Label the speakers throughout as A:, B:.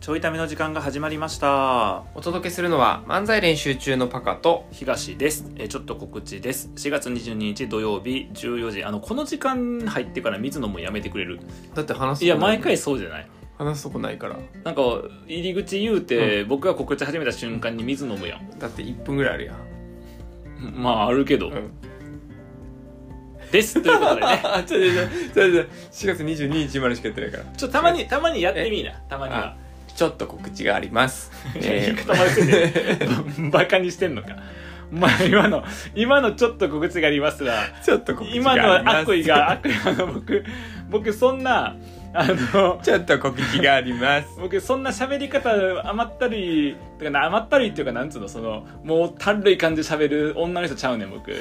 A: ちょいための時間が始まりました。
B: お届けするのは漫才練習中のパカと
A: 東です。えーちょっと告知です。4月22日土曜日14時。あの、この時間入ってから水野もやめてくれる。
B: だって話す
A: いや、毎回そうじゃない。
B: 話すとこないから
A: なんか、入り口言うて、僕が告知始めた瞬間に水野もやん。
B: だって1分ぐらいあるやん
A: まあ、あるけど。
B: うん
A: です。ということでね。
B: あちょちょちょちょちょ4月22日までしかやってないから
A: ちょ、たまに、たまにやってみいな。たまには
B: あ。ちょっと告知があります、
A: 言い方悪くね。バカにしてんのか。まあ、今の、今のちょっと告知がありますが。
B: ちょっと告知
A: 今の
B: があります
A: は悪意が悪意あの僕僕そんなあの
B: ちょっと告知があります
A: 僕そんな喋り方甘ったるいてかな甘ったるいっていうかなんつうのそのもうたるい感じで喋る女の人ちゃうねん 僕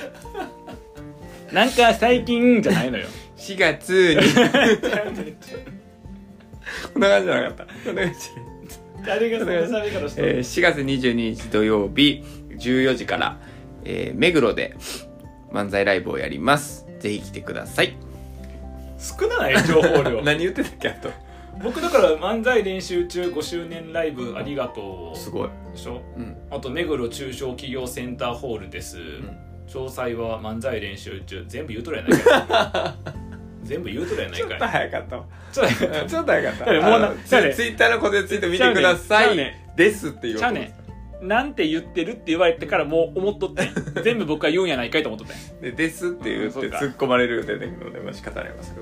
A: なんか最近じゃないのよ
B: 4月 にこんな感じじゃなかったこんな感じ
A: 誰がそんな喋り方して
B: えー
A: る
B: 4月22日土曜日14時から、えー目黒で漫才ライブをやりますぜひ来てください
A: 少ない情報量
B: 何言ってたっけあと
A: 僕だから漫才練習中5周年ライブありがと
B: す
A: う
B: ごい、
A: でしょ
B: うん、
A: あと目黒中小企業センターホールです、
B: ん
A: 詳細は漫才練習中全部言うとるやないか い全部言うとるやない
B: ちょっ
A: か
B: と
A: い
B: 早か ったわ
A: ちょっと
B: ちょっと早かっ
A: いや
B: た
A: もうな
B: あの
A: ちゃうね
B: ツイツイッターのこでツイート見てく
A: ち
B: だ
A: ゃ
B: さ
A: う
B: い、
A: ね
B: ですって言おう
A: ちゃうねんなんて言ってるって言われてからもう思っとってん全部僕は言うんやないかいと思っとって
B: でですって言って
A: うんそうか
B: 突っ込まれる予定だけどねまあ仕方ないわそ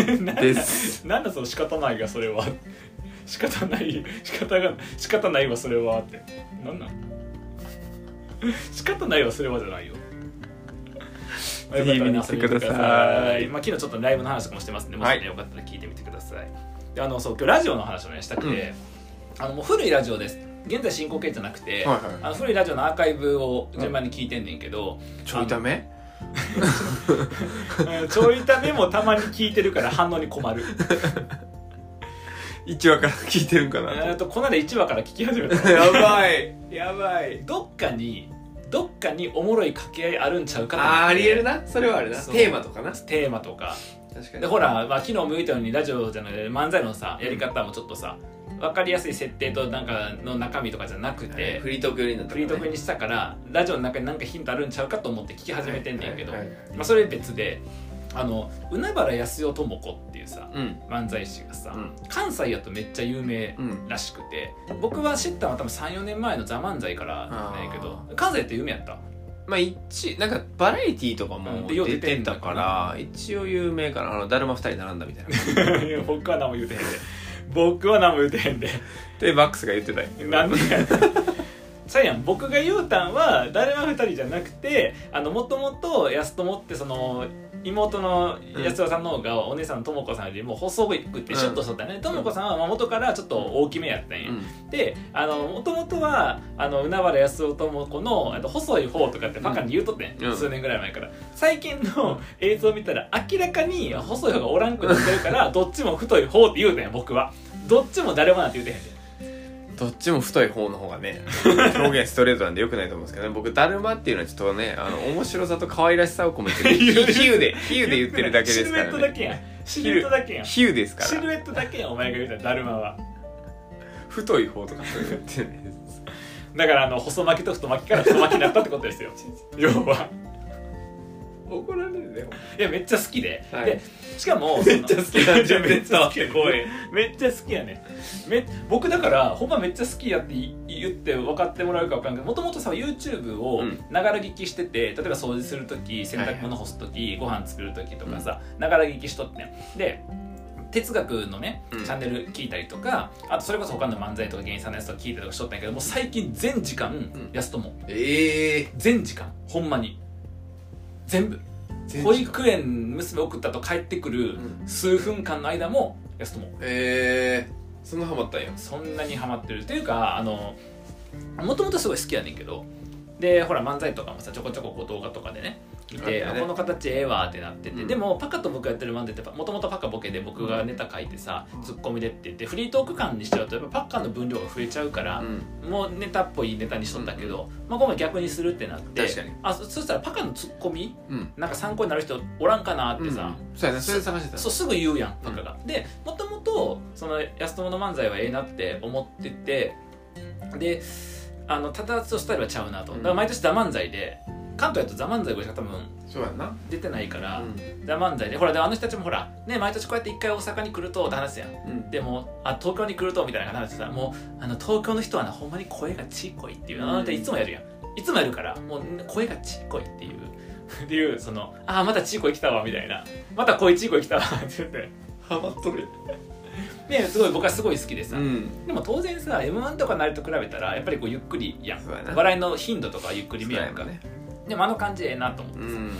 B: れは
A: んなんだ
B: です
A: なんだその仕方ないがそれは 仕方ない仕方が仕方ないわそれはってなんなん 仕方ないわそれはじゃないよ
B: ぜひ見に来てください
A: まあ、昨日ちょっとライブの話とかもしてますんでもしね、
B: はい
A: よかったら聞いてみてくださいであのそう今日ラジオの話をねしたくて、あのもう古いラジオです現在進行形じゃなくて、
B: はいはい
A: あの古いラジオのアーカイブを順番に聞いてんねんけど、
B: ちょいため
A: うんちょいためもたまに聞いてるから反応に困 る
B: 1話から聞いてるんかな
A: えっとこの間1話から聞き始めた
B: やばいやばい
A: どっかにどっかにおもろい掛け合いあるんちゃうかと思って
B: あーありえるなそれはあるな
A: そう
B: テーマとかな
A: テーマとか
B: 確かに
A: でほら、まあ、昨日も言ったようにラジオじゃない漫才のさやり方もちょっとさ分かりやすい設定となんかの中身とかじゃなくて、
B: はいフリートーク寄りになった
A: フ
B: か
A: リ
B: らね
A: ートークにしたからラジオの中に何かヒントあるんちゃうかと思って聞き始めてんねんけど、
B: はいはいはい
A: まあ、それ別であの海原康代智子っていうさ
B: うん
A: 漫才師がさ、
B: うん
A: 関西やとめっちゃ有名
B: うん
A: らしくて僕は知ったのは多分34年前の「ザ漫才からなんやけど関西って有名やった
B: まあ一なんかバラエティーとか
A: うん
B: も
A: でよう出
B: 出
A: て
B: て
A: んだ
B: た
A: か
B: からら一応有名かなあのだるま二人並んだみたいな
A: いや 僕は何も言うてへんで僕は何も言うて へんで
B: でバックスが言ってたよ
A: なんでやそうやん僕が言うたんは誰も二人じゃなくてあのもともと安友ってその妹の安田さんの方がお姉さんの智子さんよりも細くてシュッとしとったね智子さんはまあ元からちょっと大きめやったんや、
B: う
A: であの元々はあの海原康夫智子のあと細い方とかってバカに言うとってん、
B: うん
A: 数年ぐらい前から最近の映像見たら明らかに細い方がおらんくなってるから どっちも太い方って言うてん僕はどっちも誰もなんて言うてへんで
B: んどっちも太い方の方が ね表現ストレートなんでよくないと思うんですけどね僕だるまっていうのはちょっとねあの面白さと可愛らしさを込めて ね
A: 言うて
B: 比喩で比喩で言ってるだけですか
A: シルエット
B: ら
A: だ
B: ね
A: けやんシルエットだけやんシ
B: 比喩ですか
A: ル
B: ら
A: エットだけやんお前が言うただるまは
B: 太い方とかそう言ってね
A: だからあの細巻きと太巻きから太巻きになったってことです よ要は
B: 怒られるね
A: いやめっちゃ好きで,、
B: はい
A: でしか も
B: めっちゃ好き なんじゃん
A: めっちゃ好きめっちゃ好きやねめ僕だからほんまめっちゃ好きやってい言って分かってもらえるか分かんないけどもともとさ YouTube を
B: うん
A: ながら聞きしてて、例えば掃除する時洗濯物干す時、ご飯作る時とかさながら聞きしとってんで哲学のね、
B: うん
A: チャンネル聞いたりとかあとそれこそ他の漫才とか芸人さんのやつとか聞いたりとかしとったんやけどもう最近全時間、
B: ん
A: やすとも
B: ええ
A: 全時間ほんまに全部保育園娘送ったと帰ってくる
B: う
A: 数分間の間もやすとも
B: ええそんなハマったんや
A: そんなにハマってるっていうかあのもともとすごい好きやねんけどでほら漫才とかもさちょこちょここう動画とかでね見て、
B: あ
A: あ
B: ね
A: この形ええわってなってて、
B: うん
A: でもパカと僕がやってる漫才ってもともとパカボケで僕がネタ書いてさ、ツッコミでって言ってフリートーク感にしちゃうとやっぱパカの分量が増えちゃうから、
B: うん
A: もうネタっぽいネタにしとったけど、まあ、今回逆にするってなって
B: 確かに
A: あそそしたらパカのツッコミ
B: うん
A: なんか参考になる人おらんかなってさ、
B: うんそうやなそれで探してた
A: そうすぐ言うやんパカが。でもともとその安友の漫才はええなって思っててであのただとスタイルはちゃうなと、
B: うん
A: だから毎年「ザ漫才で関東やと「ザ漫才ぐらいしか多分
B: そうやな
A: 出てないから
B: うん
A: 「ザ漫才でほらであの人たちもほらね毎年こうやって一回大阪に来るとって話すやん。
B: うん
A: でもあ東京に来るとみたいな話でさもうあの東京の人はなほんまに声がちいこいっていうあの人いつもやるやんいつもやるからもう声がちいこいっていうっていうそのあーまたちいこい来たわみたいなまた声ちいこい来たわって言ってハマっとるやんですごい僕はすごい好きでさ、
B: うん
A: でも当然さ m 1とかになると比べたらやっぱりこうゆっくりやん
B: そうやな
A: 笑いの頻度とかはゆっくり見やんか、
B: ね
A: でもあの感じええなと思って
B: うん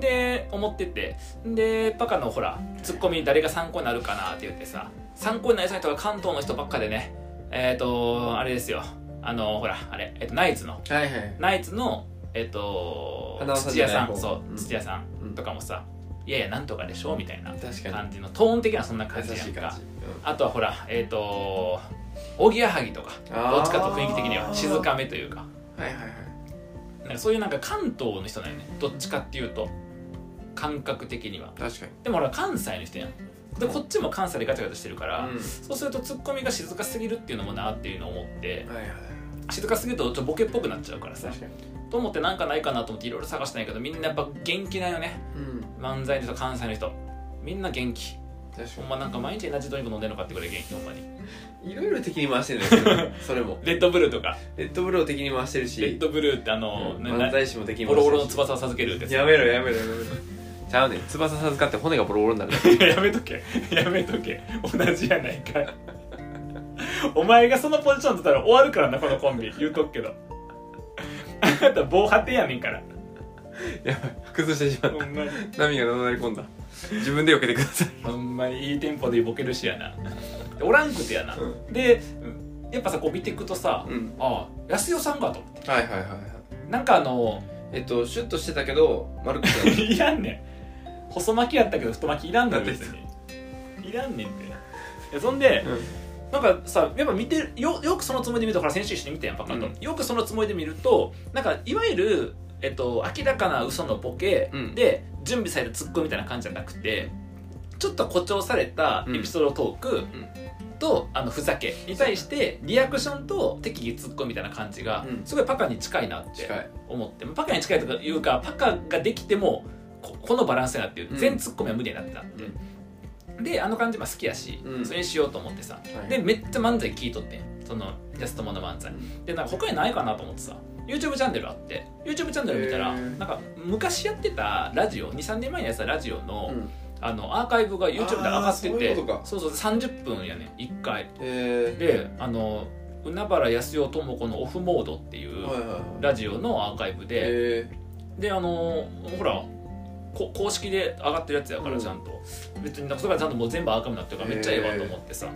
A: で思っててでパカのほらツッコミ誰が参考になるかなって言ってさ参考になりそうな人が関東の人ばっかでねえっ、ー、とあれですよあのほらあれ、えっとナイツの
B: はいはい
A: ナイツのえっ、と
B: 花輪さん
A: 土
B: じゃ
A: 屋
B: な
A: さ
B: い方
A: んそううん土屋さん
B: うん
A: とかもさ「いやいやなんとかでしょ」みたいな
B: 確か
A: 感じのトーン的なそんな感
B: に
A: じ
B: 優
A: や
B: し
A: ん
B: い
A: か
B: 感じ
A: あとはほらえっ、とおぎやはぎとか
B: あー
A: どっちかと雰囲気的には静かめというか
B: うんはいはいはい
A: なんかそういうなんか関東の人だよねどっちかっていうと感覚的には
B: 確かに
A: でも俺は関西の人やんでこっちも関西でガチャガチャしてるから、
B: う
A: そうするとツッコミが静かすぎるっていうのもなっていうのを思って
B: んはいはいはい
A: 静かすぎるとちょっとボケっぽくなっちゃうからさ
B: 確かに
A: と思ってなんかないかなと思っていろいろ探したんやけどみんなやっぱ元気だよね
B: うん
A: 漫才の人関西の人みんな元気
B: 確
A: ほんま
B: か
A: なんか毎日エナジードリンク飲んでるのかってくらい元気ほんまに
B: にいろいろ敵に回してるんだけどね それも
A: レッドブルーとか
B: レッドブルーを敵に回してるし
A: レッドブルーってあの、
B: うん
A: ね
B: 漫才師も敵に
A: ボ
B: 回
A: ロボ
B: し
A: ロ
B: てる
A: の
B: し
A: 翼を授けるってさ
B: やめろやめろやめろちゃうねん翼授かって骨がボロボロに なるだけ
A: やめとけやめとけ同じやないかいお前がそのポジション取ったら終わるからなこのコンビ言うとくけどあなた防波堤やねんから
B: や ばい崩してしまっ
A: ほんまに
B: た波がなだれ込んだ自分で避けてください
A: ほんまにいいテンポでボケるしやなおらんくてやな、
B: う
A: でやっぱさこう見ていくとさ、
B: うん
A: ああ安代さんかと思って
B: はいはいはいはい
A: なんかあの
B: えっとシュッとしてたけど丸く て
A: いらんねん細巻きやったけど太巻きいらんねん
B: だって
A: 別にいらんねんっていやそんで、なんかさやっぱ見てるよよくそのつもりで見るとほら先週一緒に見たやんパカと、
B: うん
A: よくそのつもりで見るとなんかいわゆる、えっと、明らかな嘘のボケ
B: うん
A: で準備されたツッコミみたいな感じじゃなくてちょっと誇張されたエピソードトーク、とあのふざけに対してリアクションと適宜ツッコミみたいな感じが
B: うん
A: すごいパカに近いなって
B: 近い
A: 思ってパカに近いというかパカができてもここのバランスになっていう
B: うん
A: 全ツッコミは無理になってなって、であの感じも好きやし、
B: うん
A: それにしようと思ってさ、
B: はい
A: でめっちゃ漫才聞いとってんその安友の漫才でなんか他にないかなと思ってさ YouTube チャンネルあって YouTube チャンネル見たら
B: へ
A: なん
B: ー
A: か昔やってたラジオ23年前にやってたラジオの、
B: うん
A: あのアーカイブが YouTube で上がって
B: あーそうい
A: て
B: うことか
A: そうそう30分やねん1回
B: え
A: であの海原康代智子のオフモードってい
B: ー
A: う
B: はいはいはい
A: ラジオのアーカイブで、
B: え
A: であのほらこ公式で上がってるやつやか
B: う
A: ら
B: ん
A: ちゃんと、別になんかそれがちゃんともう全部アーカイブになってるからめっちゃええわと思ってさ、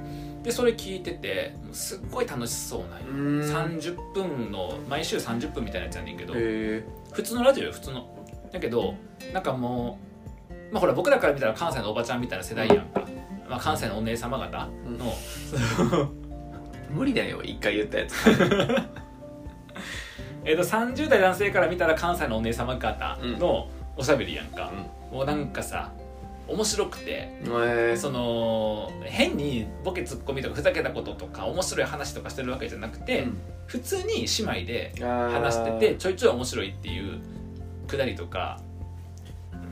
A: でそれ聞いててもうすっごい楽しそうなんよ
B: ー、うーん
A: 30分の毎週30分みたいなやつやねんけど、
B: え
A: 普通のラジオよ普通のだけどなんかもう、まあ、ほら僕らから見たら関西のおばちゃんみたいな世代やんか、まあ、関西のお姉様方の、
B: ー、無理だよ一回言ったやつ
A: えー、と30代男性から見たら関西のお姉様方のおしゃべりやんか、もうなんかさ面白くて
B: え
A: その変にボケツッコミとかふざけたこととか面白い話とかしてるわけじゃなくて、普通に姉妹で話
B: 話
A: しててちょいちょい面白いっていうくだりとか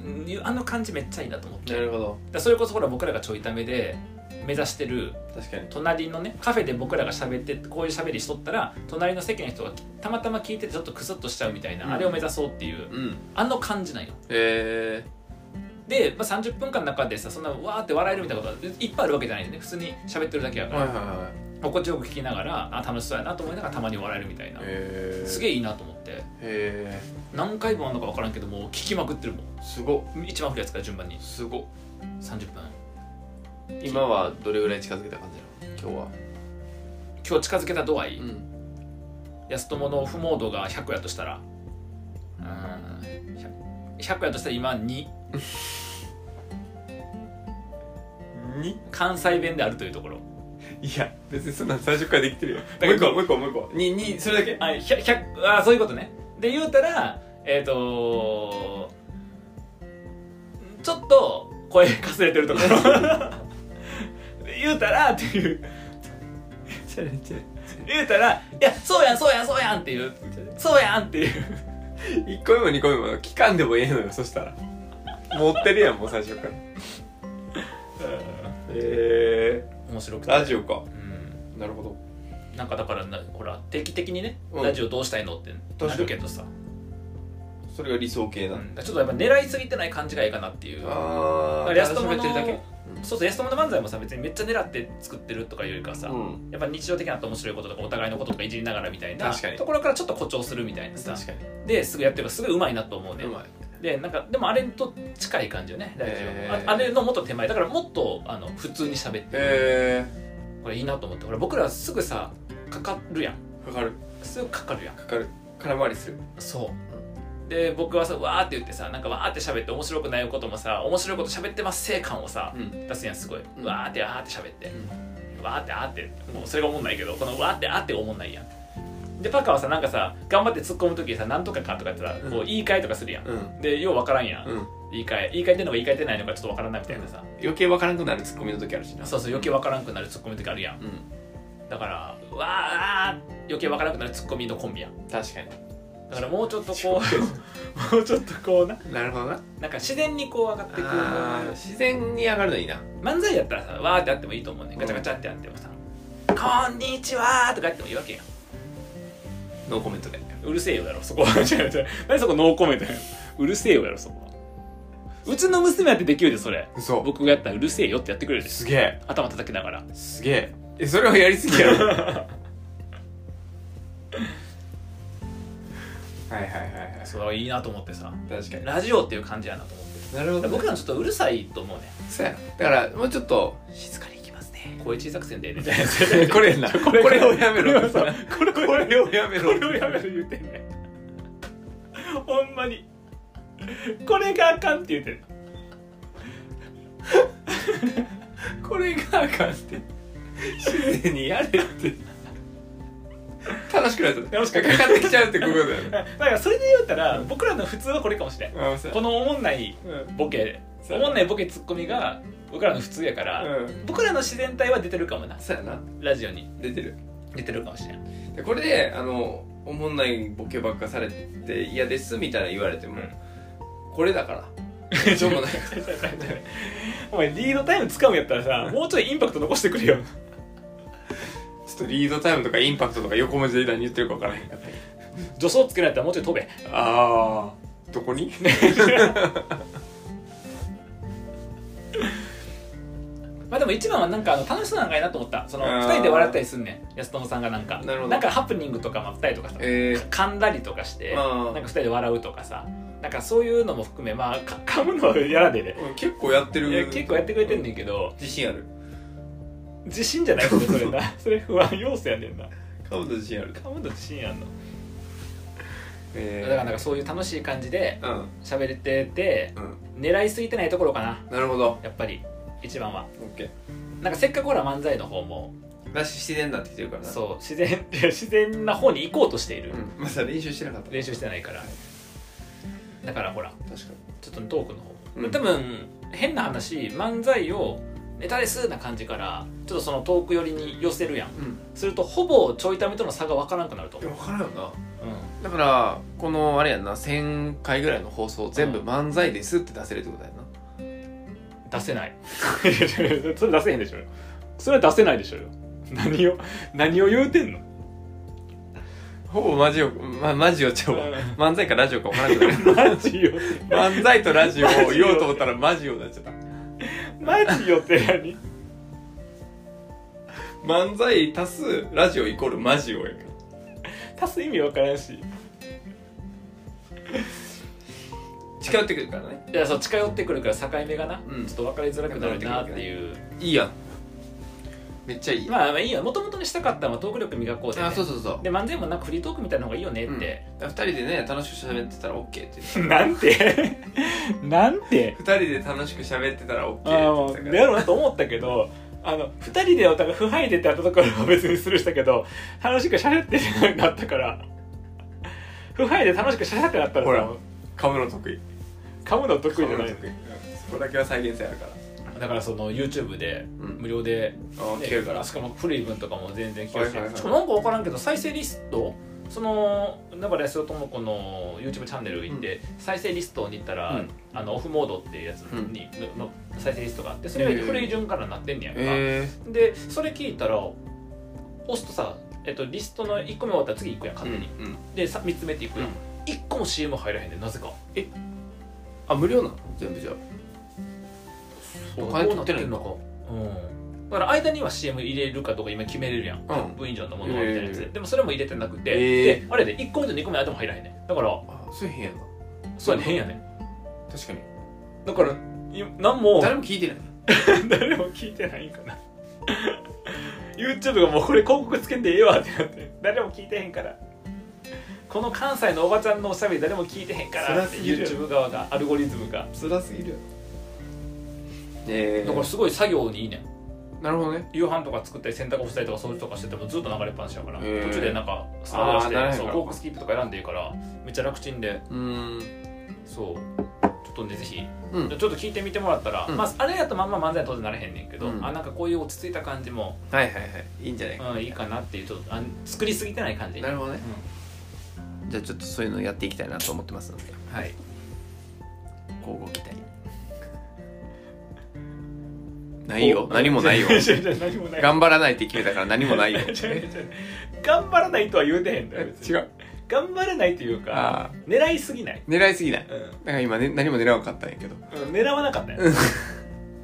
A: うんいうあの感じめっちゃいいなと思って
B: なるほど
A: だそれこそほら僕らがちょいためで目指してる
B: 確かに
A: 隣のねカフェで僕らが喋ってこういう喋りしとったら隣の席の人がたまたま聞いててちょっとクスッとしちゃうみたいな、
B: うん
A: あれを目指そうっていう
B: うん
A: あの感じなんよ
B: え
A: で、まあ、30分間の中でさそんなわーって笑えるみたいなことはいっぱいあるわけじゃないんでね普通に喋ってるだけや
B: ー、
A: か
B: はい
A: ら、
B: はいはい
A: 心地よく聞きながらあ楽しそうやなと思いながらたまに笑えるみたいな、
B: えー、
A: すげえ
B: え
A: いいなと思って
B: え
A: 何回もあんのか分からんけどもう聞きまくってるも
B: ー、すごっ
A: ん一番古いやつから順番に
B: すごっ
A: 30分
B: 今はどれぐらい近づけた感じなの今日は
A: 今日近づけた度合い、
B: ん
A: 安友のオフモードが100やとしたらうーん100 100やとしたら今2
B: に
A: 関西弁であるというところ
B: いや別にそんなん最初からできてるよ
A: け
B: もう一
A: ど
B: 個もう一個もう一個ににそれだけ
A: あ100 100あそういうことねで言うたらえっ、とちょっと声かすれてるところ言うたらっていう言うたら「いやそうやんそうやんそうやん」っていう「そうやん」っていう
B: 一個目も二個目も期間でもええのよそしたら持ってるやんもう最初から え
A: 面白く
B: ー、
A: て
B: ラジオか
A: うん
B: なるほど
A: なんかだからなほら定期的にね、
B: うん
A: ラジオどうしたいのって
B: 確かに
A: なるけどさ、
B: それが理想形
A: う
B: だ、
A: ん、ちょっとやっぱ狙いすぎてない感じがいいかなっていう
B: ああ
A: イラストも
B: 喋ってるだけ
A: そうそう安友の漫才もさ別にめっちゃ狙って作ってるとかいうよりかはさ、
B: うん
A: やっぱ日常的なと面白いこととかお互いのこととかいじりながらみたいな
B: 確かに
A: ところからちょっと誇張するみたいなさ
B: 確かに
A: ですぐやってるからすごいうまいなと思うね、
B: うまい
A: でなんかでもあれと近い感じよねラジオ、
B: へー
A: ああれのもっと手前だからもっとあの普通に喋ってる、
B: え
A: これいいなと思ってほら僕らすぐさかかるやん
B: ー、かかる
A: すぐかかるやん
B: かかる空回りする
A: そうで僕はさわーって言ってさなんかわーって喋って面白くないこともさ面白いこと喋ってます性感をさ
B: うん
A: 出すやんすごい
B: うん
A: わーってあーって喋ってわーってあーってもうそれがおもんないけどこのわーってあーっておもんないやんでパカはさなんかさ頑張って突っ込む時にさなんとかかとかってさこ
B: う
A: うん言い換えとかするやん、
B: うん
A: でようわからんやん、
B: うん
A: 言い換え言い換えてんのか言い換えてないのかちょっとわからんないみたいなさ、
B: 余計わからなくなるツッコミの時あるしな
A: そうそう余計わからんくなる突っ込む時あるやん
B: うん
A: だからうわー余計わからんくなる突っ込みのコンビやん
B: 確かに
A: だからもうちょっとこう もうちょっとこうな
B: なるほどな
A: なんか自然にこう上がってくる
B: あー自然に上がるのいいな
A: 漫才やったらさわーってあってもいいと思うねんガチャガチャってあってもさ「こんにちは」とかやってもいいわけやん
B: ノーコメントで
A: うるせえよだろそこ は違う違う何そこノーコメントやんうるせえよやろそこはうちの娘やってできるでそれ
B: 嘘
A: 僕がやったら「うるせえよ」ってやってくれるです
B: げえ
A: 頭叩きなが ら
B: すげええそれはやりすぎやろ はいはいはいはい
A: それはいいなと思ってさ
B: 確かに
A: ラジオっていう感じやなと思って
B: なるほど
A: 僕らもちょっとうるさいと思うね
B: そうやなだからもうちょ っと
A: 静かに行きますね声小さくせんでええね
B: これやんなこれをやめろ
A: これをさ
B: これこれをやめろ
A: これをやめる言うてんねんほんまにこれがあかんって言うてんの
B: これがあかんって自然にやれって楽しくなった
A: 楽しくなっ
B: か
A: た
B: かってきちゃうってことだよね
A: だからそれで言うたら僕らの普通はこれかもしれん
B: あそう
A: このおもんない
B: うん
A: ボケ
B: そう
A: おもんないボケツッコミが僕らの普通やから、
B: うん
A: 僕らの自然体は出てるかもな
B: そうやな
A: ラジオに
B: 出てる
A: 出てるかもしれん
B: でこれであのおもんないボケばっかされて嫌ですみたいな言われても、
A: うん
B: これだからしょう もないか
A: お前リードタイム掴むやったらさもうちょいインパクト残してくれよ
B: らちょっとリードタイムとかインパクトとか横文字で何言ってるか分からへんかった
A: 助走つけられたらもうちょい飛べ
B: あーどこに
A: まあでも一番はなんかあの楽しそうなんかいいなと思ったその
B: あー
A: 2人で笑ったりすんねん安友さんがなんか
B: なるほど
A: んかハプニングとかもあったりとかさ、
B: え
A: 噛んだりとかして
B: あー
A: なんか2人で笑うとかさなんかそういうのも含めまあか 噛むのはやらでね
B: ー、結構やって
A: いや
B: る
A: 結構やってくれてんねんけど
B: 自信ある
A: 自信じゃないけどそれな それ不安要素やねんな
B: 顔と自信ある
A: 噛むの自信やんの
B: え
A: だ
B: ー、
A: からなんかそういう楽しい感じで喋れてて
B: うん
A: 狙いすぎてないところかな
B: うんなるほど
A: やっぱり一番は
B: OK
A: なんかせっかくほら漫才の方も
B: だし自然になってきてるからな
A: そう自然 自然な方に行こうとしている、
B: ん、まだ練習してなかった
A: 練習してないからだからほら
B: 確か
A: ちょっとトークの方も、
B: うん
A: 多分変な話漫才をネタですな感じからちょっとそのトーク寄りに寄せるやん
B: にうん
A: するとほぼちょいためとの差が分からんくなると
B: い
A: 思
B: や
A: う、
B: 分からんよな
A: う
B: だからこのあれやんな1000回ぐらいの放送全部漫才ですって出せるってことやな、
A: ん、出せない それ出せへんでしょそれは出せないでしょよ何を何を言うてんの
B: ほぼマジオ、ま、マジオちゃうわ
A: うん
B: 漫才かラジオか分からんけど
A: マジよ
B: 漫才とラジオを
A: マジオ
B: 言おうと思ったらマジオになっちゃった
A: マジよって何
B: 漫才足すラジオイコールマジオやから
A: 足す意味分からんし
B: 近寄ってくるからね
A: いやそう近寄ってくるから境目がな、
B: うん
A: ちょっと分かりづらくなるなっていう
B: いいやんめっちゃいい、
A: まあまあいいよもともとにしたかったのはトーク力磨こうで、ね、
B: あそうそうそう
A: で漫才もなんかフリートークみたいな方がいいよねって、
B: 2人でね楽しく喋ってたら OK って言ってた
A: なんてなんて
B: 2人 で楽しく喋ってたら OK って
A: ああ
B: 言
A: も
B: っ
A: う
B: てたか
A: だ
B: ら
A: ろうなと思ったけどあの2人でお互い不敗でってあったところは別にするしたけど楽しく喋ってるなったから不敗で楽しく喋ってなったら
B: ほ
A: さ
B: ら噛むの得意
A: 噛むの得意じゃない
B: 噛むの得意うんそこだけは再現性あるから
A: だからその YouTube で
B: うん
A: 無料で、
B: あー聞けるから
A: しかも古い分とかも全然聞けるし、
B: はいはいはい
A: しかもなんか分からんけど再生リストそのだから安尾智子の YouTube チャンネル行って、再生リストに行ったら、
B: うん
A: あのオフモードっていうやつに、のの再生リストがあってそれ
B: へ
A: が
B: ー
A: 古い順からなってんねやんか、
B: え
A: でそれ聞いたら押すとさ、えっと、リストの1個目終わったら次1個やん
B: ー
A: 勝手に、
B: うんうん
A: で 3, つ目っていくやん、
B: うん
A: 一1個も CM 入らへんでなぜか
B: あ無料なの全部じゃあお金取ってないのか
A: うんだから間には CM 入れるかどうか今決めれるやん、
B: ん
A: 1分以上のものはみたいなやつで、
B: え
A: でもそれも入れてなくて、
B: ええ
A: であれで1個目と2個目あっても入らへんねんだから
B: あそういう変やな
A: そうやねん変やねん
B: 確かに
A: だから何も
B: 誰も聞いてない
A: 誰も 聞いてないんかな YouTube がもうこれ広告つけんでええわってなって誰も聞いてへんからこの関西のおばちゃんのおしゃべり誰も聞いてへんからって
B: 辛すぎる
A: YouTube 側がアルゴリズムが
B: 辛すぎるえ
A: だからすごい作業にいいねん
B: なるほどね
A: 夕飯とか作ったり洗濯干したりとか掃除とかしててもずっと流れっぱなしやから
B: へー
A: 途中でなんかスタートして
B: あーなるほど
A: そう広告スキップとか選んでいいからめっちゃ楽ちんで
B: うーん
A: そうちょっとねぜひ
B: う
A: ちょ
B: ん
A: っと聞いてみてもらったら、
B: うん
A: まあ、あれやとまんま漫才は当然なれへんねんけど、
B: うん
A: あなんかこういう落ち着いた感じも
B: はいはいはいいいんじゃないか
A: うん、いいかなっていうちょっとあ作りすぎてない感じ
B: なるほどね
A: う
B: じゃあちょっとそういうのやっていきたいなと思ってますので
A: んはい
B: 交互期 待ないよ何も ないよ
A: 違う違う何もない
B: 頑張らないって決めたから何もないよ
A: 違う違う 頑張らないとは言うてへんだよ別に
B: 違う
A: 頑張らないというか
B: ああ
A: 狙いすぎない、
B: 狙いすぎないだ
A: うんうん
B: から今ね何も狙わなかったんやけど
A: 狙わなかったよ
B: うん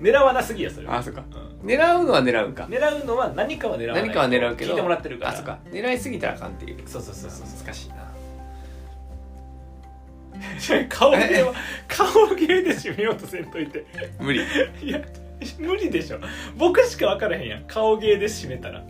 A: 狙わなすぎやそれは
B: あそっか
A: うん
B: 狙うのは狙うんか
A: 狙うのは何かは狙わない
B: 何かは狙うけど
A: 聞いてもらってるから
B: あそっか狙いすぎたらあかんっていう
A: そうそうそうそう
B: 難しいな
A: 違う顔芸は顔芸で締めようとせんといて
B: 無理
A: いや無理でしょ僕しか分からへんやん顔芸で締めたら